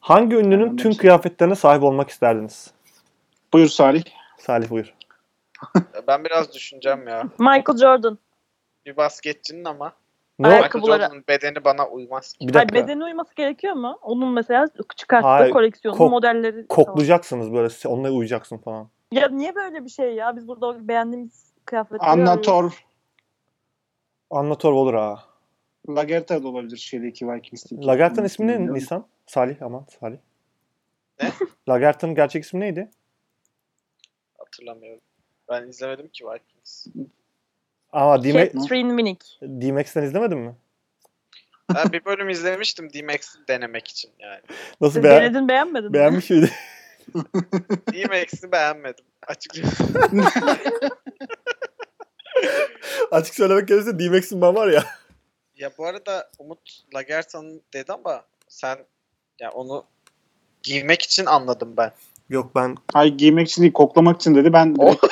Hangi ünlünün Anladım. tüm kıyafetlerine sahip olmak isterdiniz? Buyur Salih. Salih buyur. Ben biraz düşüneceğim ya. Michael Jordan. Bir basketçinin ama. Ne? Ay- o- Michael Ayakkabıları. Jordan'ın bedeni bana uymaz ki. Bir Ay dakika. bedeni uyması gerekiyor mu? Onun mesela çıkarttığı Hayır, koleksiyonun kok- modelleri. Tamam. Koklayacaksınız böyle. se- Onunla uyuyacaksın falan. Ya niye böyle bir şey ya? Biz burada beğendiğimiz kıyafetleri arıyoruz. Annator. Anlator olur ha. Lagerta da olabilir şeydeki Vikings'teki. Lagerta'nın ismi ne Bilmiyorum. Nisan? Salih aman Salih. Ne? Lagerta'nın gerçek ismi neydi? Hatırlamıyorum. Ben izlemedim ki Vikings. Aa D-Ma- Catherine Minnick. D-Max'ten izlemedin mi? Ben bir bölüm izlemiştim D-Max'i denemek için yani. Nasıl Siz beğen- denedin beğenmedin mi? beğenmiş miydi? D-Max'i beğenmedim. Açıkçası. Açık söylemek gerekirse D-Max'in ben var ya. Ya bu arada Umut Lagerta'nın dedi ama sen ya onu giymek için anladım ben. Yok ben Hayır giymek için değil koklamak için dedi. Ben direkt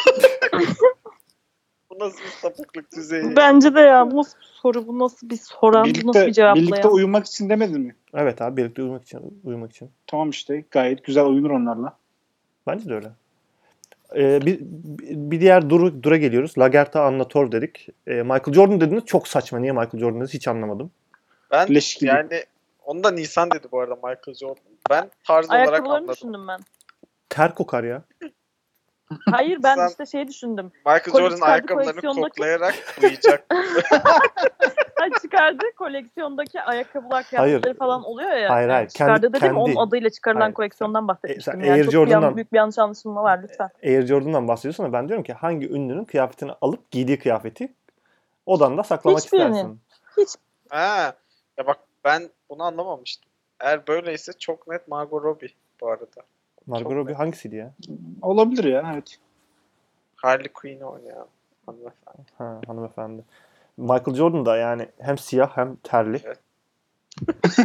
Bu nasıl bir sapıklık düzeyi? Bence de ya bu nasıl bir soru bu nasıl bir soran bu nasıl bir birlikte, cevapla birlikte ya? uyumak için demedin mi? evet abi birlikte uyumak için uyumak için. Tamam işte gayet güzel uyunur onlarla. Bence de öyle. Ee, bir, bir diğer duru, dura geliyoruz. Lagerta Anlator dedik. Ee, Michael Jordan dediniz çok saçma. Niye Michael Jordan dediniz hiç anlamadım. Ben Leş gibi. yani onu da Nisan dedi bu arada Michael Jordan. Ben tarz olarak Ayakkabılarını anladım. düşündüm ben. Ter kokar ya. Hayır ben Sen- işte şey düşündüm. Michael Kolye Jordan çıkardı ayakkabılarını koleksiyondaki- koklayarak uyuyacak. Ha çıkardı koleksiyondaki ayakkabılar Hayır. kıyafetleri falan oluyor ya. Hayır, hayır. Yani Çıkardı Kendi- dediğim onun kendi. adıyla çıkarılan Hayır. koleksiyondan E, bahsetmiştim. sen yani Air çok Jordan'dan- yan- büyük bir yanlış anlaşılma var lütfen. Air Jordan'dan bahsediyorsun da ben diyorum ki hangi ünlünün kıyafetini alıp giydiği kıyafeti odanda saklamak Hiçbirinin. istersin. ha. Ya bak ben bunu anlamamıştım. Eğer böyleyse çok net Margot Robbie bu arada. Margot Çok Robbie hangisiydi ya? Olabilir ya evet. Harley Quinn oynayan hanımefendi. Ha, hanımefendi. Michael Jordan da yani hem siyah hem terli.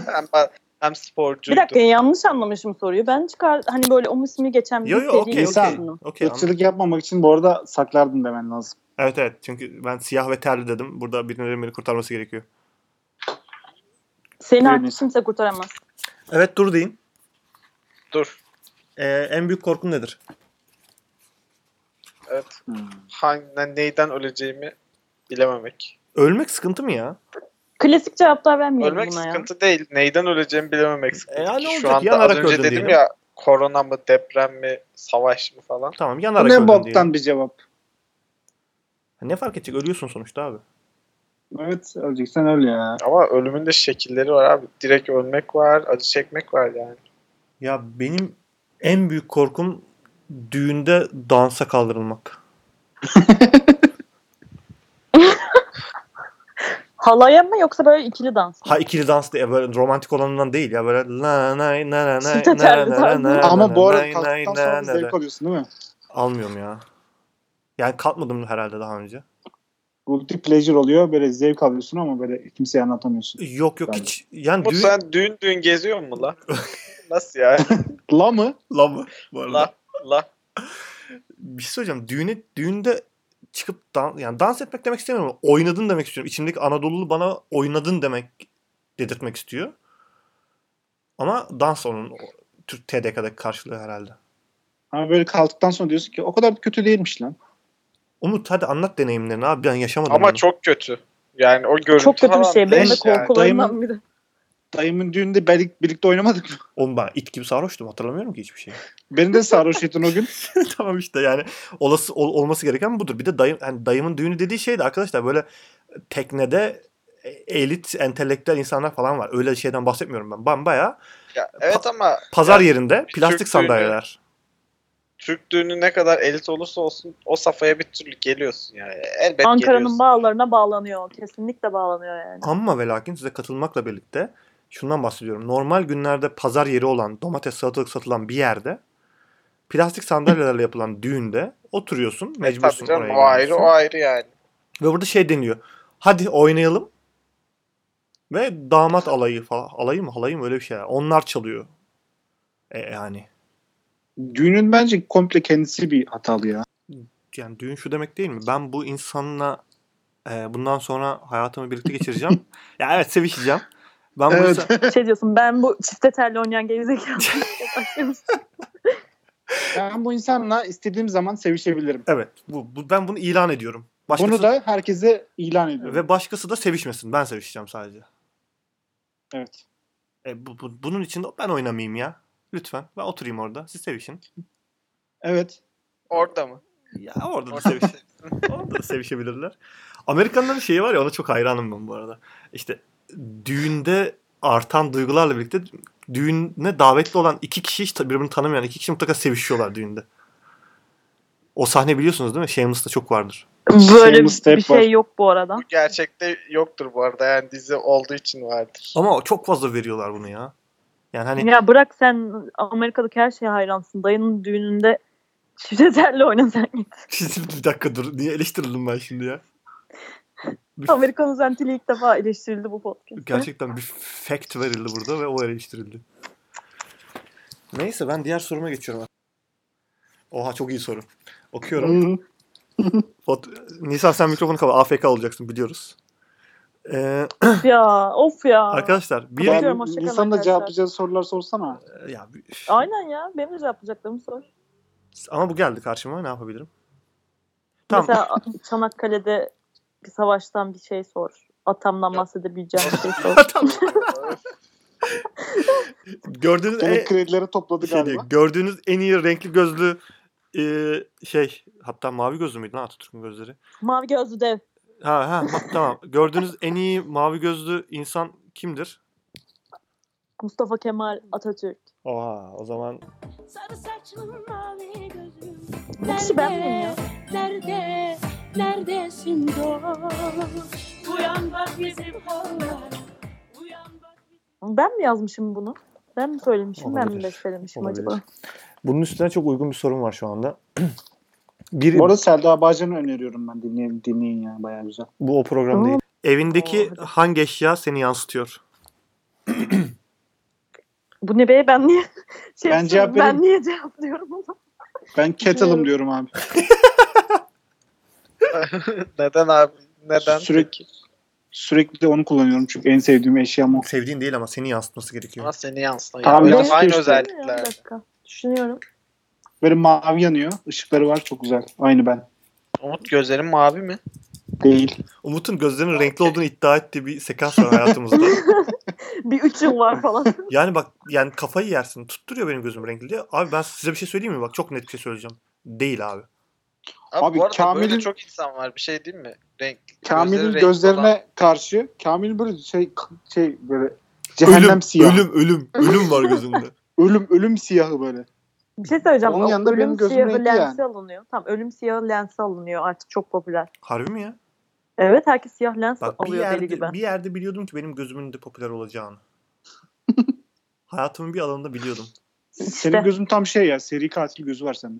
hem, ben- hem sporcuydu. Bir dakika e, yanlış anlamışım soruyu. Ben çıkar hani böyle o ismi geçen bir Yo yo seri okey okey. insan. Okey, anladım. Irkçılık yapmamak için bu arada saklardın demen lazım. Evet evet çünkü ben siyah ve terli dedim. Burada birilerinin beni kurtarması gerekiyor. Seni Öyle. artık kimse kurtaramaz. Evet dur deyin. Dur. Ee, en büyük korkun nedir? Evet. Hangi, ne- neyden öleceğimi bilememek. Ölmek sıkıntı mı ya? Klasik cevaplar vermeyelim Ölmek buna ya. sıkıntı değil. Neyden öleceğimi bilememek sıkıntı. E, yani Ki olacak, Şu anda yanarak az önce öldün dedim diyelim. ya korona mı, deprem mi, savaş mı falan. Tamam Bu yanarak öldün ne diyelim. boktan bir cevap. Ne fark edecek? Ölüyorsun sonuçta abi. Evet öleceksen öl ya. Ama ölümün de şekilleri var abi. Direkt ölmek var, acı çekmek var yani. Ya benim en büyük korkum düğünde dansa kaldırılmak. Halaya mı yoksa böyle ikili dans mı? Ha ikili dans diye böyle romantik olanından değil ya böyle la nay na na nay Süt açar bir na na na tarzı. na Ama bu arada nay nay kalktıktan na sonra na zevk alıyorsun değil mi? almıyorum ya. Yani kalkmadım herhalde daha önce. Guilty pleasure oluyor. Böyle zevk alıyorsun ama böyle kimseye anlatamıyorsun. Yok yok Ben- hiç. Yani Umut düğün... sen düğün düğün geziyor mu la? Nasıl yani? La mı? Lan bu- bu arada. la la. Bir şey söyleyeceğim. Düğüne, düğünde çıkıp dan, yani dans etmek demek istemiyorum. ama Oynadın demek istiyorum. İçimdeki Anadolu'lu bana oynadın demek dedirtmek istiyor. Ama dans onun o Türk TDK'daki karşılığı herhalde. Ama böyle kalktıktan sonra diyorsun ki o kadar da kötü değilmiş lan. Umut hadi anlat deneyimlerini abi ben yaşamadım. Ama onu. çok kötü. Yani o görüntü Çok kötü bir falan şey. Benim de leş yani. korkularımdan biri. Dayımın düğünde birlik- birlikte oynamadık mı? Oğlum ben it gibi sarhoştum hatırlamıyorum ki hiçbir şey. Beni de sarhoş ettin o gün. tamam işte yani olası ol- olması gereken budur. Bir de dayım yani dayımın düğünü dediği şey de arkadaşlar böyle teknede e, elit entelektüel insanlar falan var. Öyle şeyden bahsetmiyorum ben. Ben bayağı Ya, evet ama pazar Ya, yerinde plastik Türk sandalyeler. Türk düğünü ne kadar elit olursa olsun o safhaya bir türlü geliyorsun yani. Elbet Ankara'nın geliyorsun. bağlarına bağlanıyor. Kesinlikle bağlanıyor yani. Ama ve lakin size katılmakla birlikte şundan bahsediyorum. Normal günlerde pazar yeri olan domates salatalık satılan bir yerde plastik sandalyelerle yapılan düğünde oturuyorsun. Mecbursun E, Tabii canım oraya o ayrı gelmiyorsun. o ayrı yani. Ve burada şey deniyor. Hadi oynayalım. Ve damat alayı falan. Alayı mı halayı mı öyle bir şeyler. Onlar çalıyor. E, yani. Düğünün bence komple kendisi bir hatalı ya. Yani düğün şu demek değil mi? Ben bu insanla e, bundan sonra hayatımı birlikte geçireceğim. ya evet sevişeceğim. Ben bu Evet. insan- Şey diyorsun ben bu çifte terli oynayan gerizekalı. Ben bu insanla istediğim zaman sevişebilirim. evet. Bu, bu- ben bunu ilan ediyorum. Başkası, Bunu da herkese ilan ediyorum. ve başkası da sevişmesin. Ben sevişeceğim sadece. Evet. E, bu, bu- bunun için de ben oynamayayım ya. Lütfen. Ben oturayım orada. Siz sevişin. Evet. Orada mı? Ya orada da Orada seviş. Orada da sevişebilirler. Amerikanların şeyi var ya ona çok hayranım ben bu arada. İşte düğünde artan duygularla birlikte düğüne davetli olan iki kişi hiç birbirini tanımayan iki kişi mutlaka sevişiyorlar düğünde. O sahne biliyorsunuz değil mi? Shameless'ta çok vardır. Böyle Shameless bir step var. şey yok bu arada. Bu gerçekte yoktur bu arada yani dizi olduğu için vardır. Ama çok fazla veriyorlar bunu ya. Yani hani Ya bırak sen Amerika'daki her şeye hayransın. Dayının düğününde çifte terli oyna sen git. bir dakika dur. Niye eleştirildim ben şimdi ya? Amerikan özentiliği ilk defa eleştirildi bu podcast. Gerçekten bir fact verildi burada ve o eleştirildi. Neyse ben diğer soruma geçiyorum. Oha çok iyi soru. Okuyorum. Hmm. Fot- Nisan sen mikrofonu kapat. AFK olacaksın biliyoruz. Ee, ya of ya. arkadaşlar bir Biliyorum, Ben hoşça kalın insanın da arkadaşlar. cevaplayacağı sorular sorsana. ya bir- Aynen ya. Benim de cevaplayacaklarımı sor. ama bu geldi karşıma ne yapabilirim? Tamam. Mesela Çanakkale'de bir savaştan bir şey sor. Atamdan bahsedebileceğim bir şey sor. Tamam. gördüğünüz en, Demek kredileri topladı E, şey galiba. diyor, gördüğünüz en iyi renkli gözlü e, şey hatta mavi gözlü müydü lan Atatürk'ün gözleri? Mavi gözlü dev. Ha ha ma- tamam. Gördüğünüz en iyi mavi gözlü insan kimdir? Mustafa Kemal Atatürk. Oha o zaman Sarı saçlım mavi gözüm. Bu kişi ben miyim ya? Nerede? Neredesin dost? Uyan bak bizim hallar. Uyan bak. Ben mi yazmışım bunu? Ben mi söylemişim? Ben mi Olabilir. bestelemişim Olabilir. acaba? bunun üstüne çok uygun bir sorun var şu anda. Bir Bu arada Selda Bağcan'ı öneriyorum ben. Dinleyin, dinleyin ya. Bayağı güzel. bu o program değil. Evindeki Oo, hadi. hangi eşya seni yansıtıyor? Bu ne be? Ben niye şey Ben ben, cevap vereyim. ben niye cevaplıyorum onu? Ben kettle'ım diyorum abi. Neden abi? Neden? Sürekli sürekli onu kullanıyorum çünkü en sevdiğim eşyam o. Sevdiğin değil ama seni yansıtması gerekiyor. Ama seni yansıtan. Tamam, yani. yansıtıyor Aynı işte. Ya, bir özellikler. dakika. Düşünüyorum. Böyle mavi yanıyor. Işıkları var çok güzel. Aynı ben. Umut gözlerin mavi mi? Değil. Umut'un gözlerinin renkli olduğunu iddia ettiği bir sekans var hayatımızda. Bir üç yıl var falan. yani bak yani kafayı yersin. Tutturuyor benim gözüm renkli diye. Abi ben size bir şey söyleyeyim mi? Bak çok net bir şey söyleyeceğim. Değil abi. Abi, Abi, bu arada Kamil'in- böyle çok insan var bir şey değil mi? Renk, Kamil'in gözleri renkli gözlerine olan- karşı Kamil böyle şey şey böyle cehennem ölüm, siyahı. Ölüm. ölüm, ölüm, ölüm var gözümde. ölüm siyahı böyle. Bir şey söyleyeceğim. Onun O yanında ölüm benim gözüm siyahı renkli lensi yani. alınıyor. Tamam ölüm siyahı lensi alınıyor artık çok popüler. Harbi mi ya? Evet herkes siyah lens Bak bir alıyor deli gibi. yerde, bir yerde biliyordum ki benim gözümün de popüler olacağını. Hayatımın bir alanında biliyordum. Senin gözün tam şey ya seri katil gözü var sende.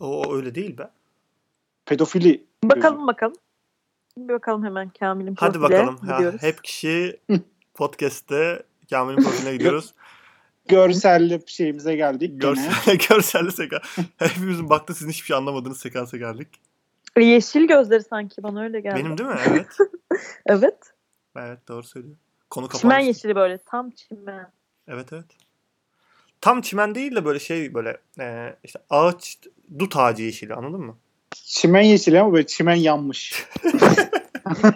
O, o öyle değil be. Pedofili. Bakalım bakalım. Bir bakalım hemen Kamil'in Hadi profiline bakalım. Ha, gidiyoruz. hep kişi podcast'te Kamil'in profiline gidiyoruz. Görselli şeyimize geldik gene. Görselle, görselle seka. Hepimizin baktı sizin hiçbir şey anlamadığınız sekansa geldik. Yeşil gözleri sanki bana öyle geldi. Benim değil mi? Evet. Evet. Evet doğru söylüyor. Konu Çimen kapanmış. yeşili böyle. Tam çimen. Evet evet. Tam çimen değil de böyle şey böyle e, işte ağaç dut ağacı yeşili anladın mı? Çimen yeşil ama böyle çimen yanmış.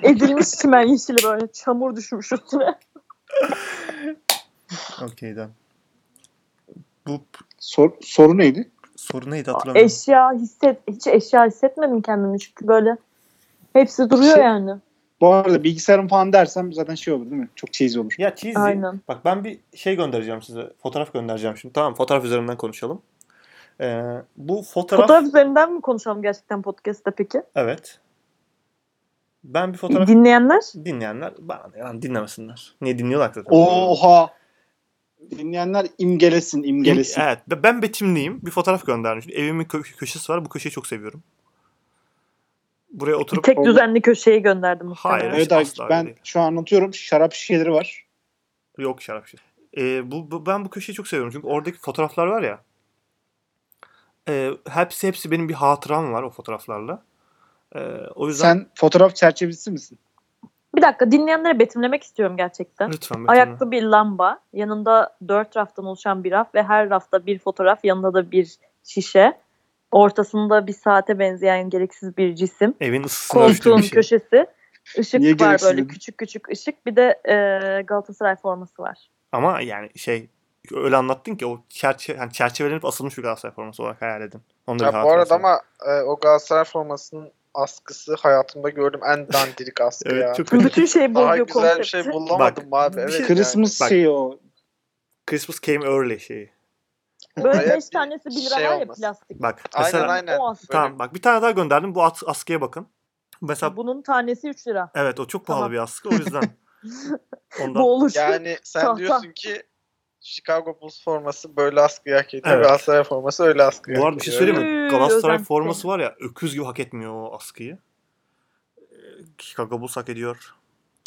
Edilmiş çimen yeşili böyle. Çamur düşmüş üstüne. Okeyden. Bu p- Sor- soru neydi? soru neydi hatırlamıyorum. Eşya hisset. Hiç eşya hissetmedim kendimi çünkü böyle. Hepsi duruyor Şey- yani. Bu arada bilgisayarım falan dersem zaten şey olur değil mi? Çok cheesy olur. Ya cheesy. Aynen. Bak ben bir şey göndereceğim size. Fotoğraf göndereceğim şimdi. Tamam fotoğraf üzerinden konuşalım. E, bu fotoğraf... Fotoğraf üzerinden mi konuşalım gerçekten podcast'te peki? Evet. Ben bir fotoğraf Dinleyenler dinleyenler bana ne lan dinlemesinler. Niye dinliyorlar ki zaten? Oha. Dinleyenler imgelesin imgelesin. Evet be- ben betimliyim. Bir fotoğraf göndermişim. Evimin kö- köşesi var. Bu köşeyi çok seviyorum. Buraya oturup tek oldu. düzenli köşeye gönderdim. muhtemelen. Hayır. Evet Asla abi ben değil. şu an anlatıyorum şarap şişeleri var. yok şarap şey. Ee, bu, bu- ben bu köşeyi çok seviyorum. Çünkü oradaki fotoğraflar var ya. E, hepsi hepsi benim bir hatıram var o fotoğraflarla. E, o yüzden Sen fotoğraf çerçevesi misin? Bir dakika dinleyenlere betimlemek istiyorum gerçekten. lütfen betimle. Ayaklı bir lamba, yanında dört raftan oluşan bir raf ve her rafta bir fotoğraf, yanında da bir şişe. Ortasında bir saate benzeyen gereksiz bir cisim. evin ısısını ölçtüğüm Koltuğun bir şey. köşesi. Işık Niye var gereksiz böyle dedin? küçük küçük ışık. Bir de e, Galatasaray forması var. Ama yani şey öyle anlattın ki o çerçe yani çerçevelenip asılmış bir Galatasaray forması olarak hayal edin. Onu da Ya bir bu hatırası arada var. ama e, o Galatasaray formasının askısı hayatımda gördüm en dandirik askı Evet, ya. çok kötü. Bütün Daha şey bozuyor güzel bir konsepti. şey bulamadım abi. bir Evet şey- yani. Christmas Bak. şeyi o. Christmas came early şeyi. Böyle Oraya beş tanesi bir lira şey var ya olmaz. plastik. Bak Aynen mesela aynen. o askı. tamam bak bir tane daha gönderdim. Bu at, askıya bakın. Mesela Bunun tanesi 3 lira. evet o çok pahalı Tamam. bir askı o yüzden. Ondan Bu olur. Yani sen Tahta. diyorsun ki Chicago Bulls forması böyle askıyı hak ediyor. Evet. Galatasaray forması öyle askıyı Bu hak arada bir şey ediyor. söyleyeyim mi? Öyle. Galatasaray Özentim. forması var ya öküz gibi hak etmiyor o askıyı. Ee, Chicago Bulls hak ediyor.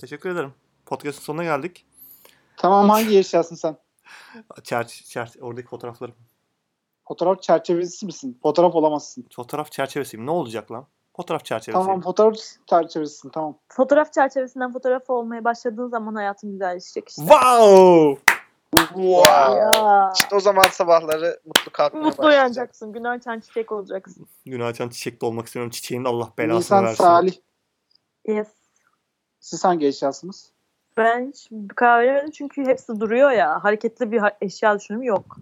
Teşekkür ederim. Podcast'ın sonuna geldik. Tamam hangi eşyasın sen? Çer, çer, oradaki fotoğraflarım. Fotoğraf çerçevesi misin? Fotoğraf olamazsın. Fotoğraf çerçevesiyim. Ne olacak lan? Fotoğraf çerçevesiyim. Tamam fotoğraf çerçevesisin tamam. Fotoğraf çerçevesinden fotoğraf olmaya başladığın zaman hayatın güzelleşecek işte. Wow! Wow. Ya. İşte o zaman sabahları mutlu kalkmaya Mutlu başlayacak. uyanacaksın. Günah çan çiçek olacaksın. Günah açan çiçekte olmak istemiyorum. Çiçeğin Allah belasını Nisan versin. Salih Yes. siz hangi eşyasınız? Ben hiç bir karar veremedim çünkü hepsi duruyor ya. Hareketli bir ha- eşya düşünüm yok.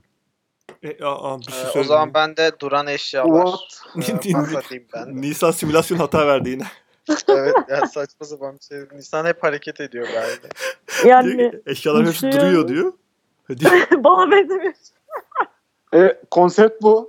E, aa, bir şey Ee, o söyleyeyim. zaman ben de duran eşyalar What? ee, bahsedeyim ben de. Nisan simülasyon hata verdi yine. evet ya saçma sapan bir şey. Nisan hep hareket ediyor galiba. Yani Eşyaların hepsi Düşünüyorum. duruyor diyor. şey Hadi. bana benzemiyor. E, konsept bu.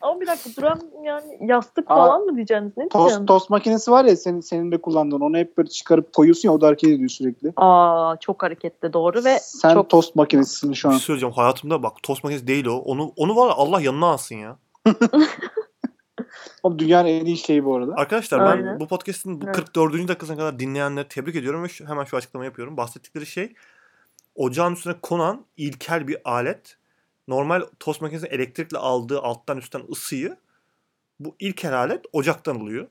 Ama bir dakika duran yani yastık Aa, falan mı diyeceksiniz? Ne Tost, diyeceksiniz? tost makinesi var ya senin, senin de kullandığın. Onu hep böyle çıkarıp koyuyorsun ya o da hareket ediyor sürekli. Aa çok hareketli doğru ve Sen çok tost makinesisin şu bir şey an. söyleyeceğim. Hayatımda bak tost makinesi değil o. Onu onu var ya, Allah yanına alsın ya. Oğlum dünyanın en iyi şeyi bu arada. Arkadaşlar ben Aynen. bu podcast'in bu Evet. 44. dakikasına kadar dinleyenleri tebrik ediyorum ve şu- hemen şu açıklamayı yapıyorum. Bahsettikleri şey ocağın üstüne konan ilkel bir alet. Normal tost makinesinin elektrikle aldığı alttan üstten ısıyı bu ilkel alet ocaktan alıyor.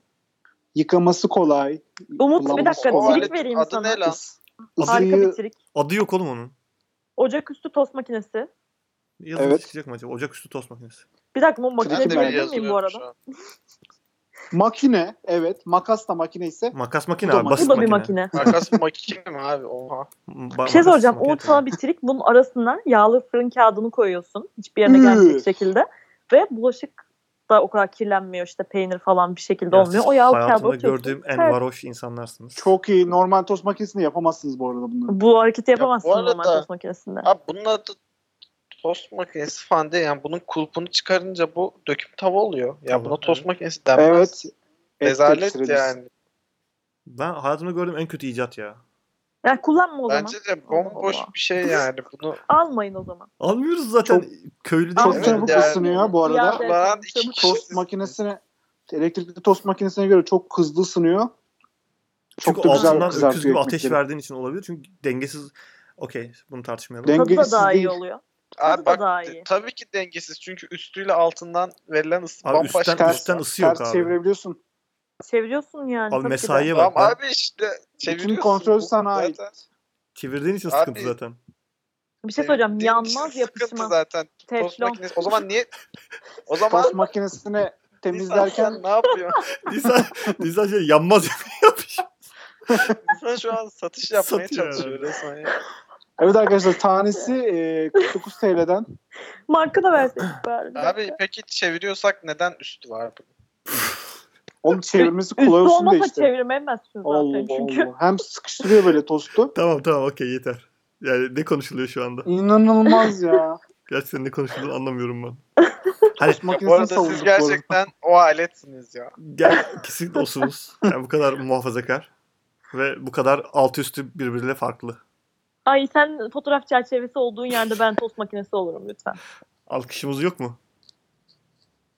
Yıkaması kolay. Umut bir kullanması dakika kolay. trik vereyim Adı sana. ne lan? Harika Isıyı bir trik. Adı yok oğlum onun. Ocak üstü tost makinesi. Yazın Evet. çıkacak mı acaba? Ocak üstü tost makinesi. Bir dakika bu makine Trik Ben de mi böyle diyebilir miyim yazıyorum bu şu arada? an. makine evet makas da makine ise Makas makine Bu da abi. makine. Basit Bu da bir makine. makine. Makas makine mi abi? Oha. Ba- Bir şey makas soracağım. makine. Umut sana bir trik. Bunun arasına yağlı fırın kağıdını koyuyorsun. Hiçbir yerine Üf. gelmeyecek şekilde. Ve bulaşık da o kadar kirlenmiyor. işte peynir falan bir şekilde Ya olmuyor. siz O yağlı kağıdı Hayatımda atıyorsun. gördüğüm en Evet. varoş insanlarsınız. çok iyi. Normal tost makinesinde yapamazsınız bu arada bunları. Bu hareketi yapamazsın arada- normal tost makinesinde. Abi bunun adı tost makinesi falan değil. Yani bunun kulpunu çıkarınca bu döküm tava oluyor. Ya Tamam, buna tost evet. makinesi denmez. Evet. et Rezalet tepsileri biz. yani. Ben hayatımda gördüğüm en kötü icat ya. Yani kullanma o zaman. Bence de bomboş Allah Allah. bir şey yani. Bunu Almayın o zaman. Almıyoruz zaten. Köylü Çok değil Evet, çabuk yani- ısınıyor bu arada. Ya- kullanan iki Tost kişisiniz. makinesine Elektrikli tost makinesine göre çok hızlı ısınıyor. Çok Çünkü da güzel altından öküz gibi kızartıyor ateş ekmekleri. verdiğin için olabilir. Çünkü dengesiz... Okey bunu tartışmayalım. Den- Tadı da Dengesiz daha iyi değil. oluyor. Abi da bak daha d- iyi. tabii ki dengesiz çünkü üstüyle altından verilen ısı Abi bambaşka. üstten- ısı. üstten ısı yok Ters abi. çevirebiliyorsun. Çeviriyorsun yani. Abi tabii ki de. mesaiye Tamam bak. Ben abi işte çeviriyorsun. kontrol Bu sana ait. zaten- çevirdiğin için Abi- sıkıntı zaten. Bir şey Ee, söyleyeceğim. Dediğim Yanmaz gibi Sıkıntı yapışmaz. zaten. Tost Teflon. makinesi. O zaman niye? O zaman Tost makinesine temizlerken temizlerken ne yapıyorsun? Nisan, Nisan şey yanmaz yapmış. Sen şu an satış yapmaya Satıyor çalışıyor herhalde. resmen ya. evet arkadaşlar tanesi e, 49 TL'den Marka da verseydik bari. bir Abi dakika. peki çeviriyorsak neden üstü var bunun? onun çevirmesi Üstü kolay olsun da olmasa işte. çeviremezsin zaten Allah çünkü. Allah. Hem sıkıştırıyor böyle tostu. tamam tamam okey yeter. Yani ne konuşuluyor şu anda? İnanılmaz ya. Gerçekten ne konuşulduğunu anlamıyorum ben. Hani Tost makinesini Bu arada savunduk siz bu gerçekten o aletsiniz ya. gel kesinlikle osunuz. Yani bu kadar muhafazakar. Ve bu kadar altı üstü birbiriyle farklı. Ay sen fotoğraf çerçevesi olduğun yerde ben tost makinesi olurum lütfen. Alkışımız yok mu?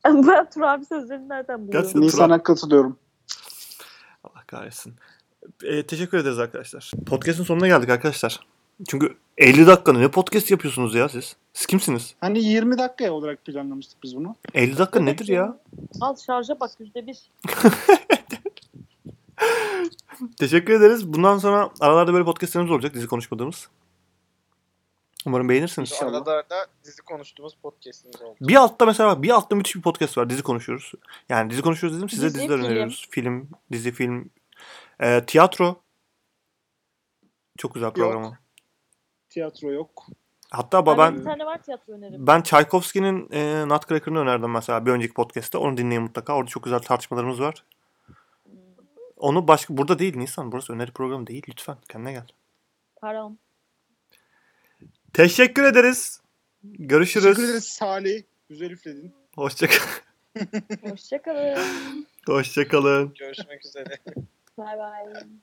ben Tur abi sözlerini nereden buluyorum? Gerçekten- Nisan'a katılıyorum. Allah kahretsin. E, teşekkür ederiz arkadaşlar. Podcast'ın sonuna geldik arkadaşlar. Çünkü 50 dakikada ne podcast yapıyorsunuz ya siz? Siz kimsiniz? Hani 20 dakikaya olarak planlamıştık biz bunu. 50 dakika nedir ya? Al şarja bak yüzde bir. Teşekkür ederiz. Bundan sonra aralarda böyle podcastlerimiz olacak dizi konuşmadığımız. Umarım beğenirsiniz. Şu arada da dizi konuştuğumuz podcast'imiz oldu. Bir altta mesela bak, bir altta müthiş bir podcast var. Dizi konuşuyoruz. Yani dizi konuşuyoruz dedim size Dizi, diziler film. öneriyoruz. Film, dizi, film, e, tiyatro. Çok güzel program o. Tiyatro yok. Hatta ba- Ben... Bir ben tane var tiyatro önerim. ben Tchaikovsky'nin e, Nutcracker'ını önerdim mesela bir önceki podcast'te. Onu dinleyin mutlaka. Orada çok güzel tartışmalarımız var. Onu başka burada değil Nisan. Burası öneri programı değil. Lütfen kendine gel. Param. Teşekkür ederiz. Görüşürüz. Teşekkür ederiz Salih. Güzel üfledin. Hoşçakalın. Hoşçakalın. Hoşçakalın. Görüşmek üzere. Bay bay.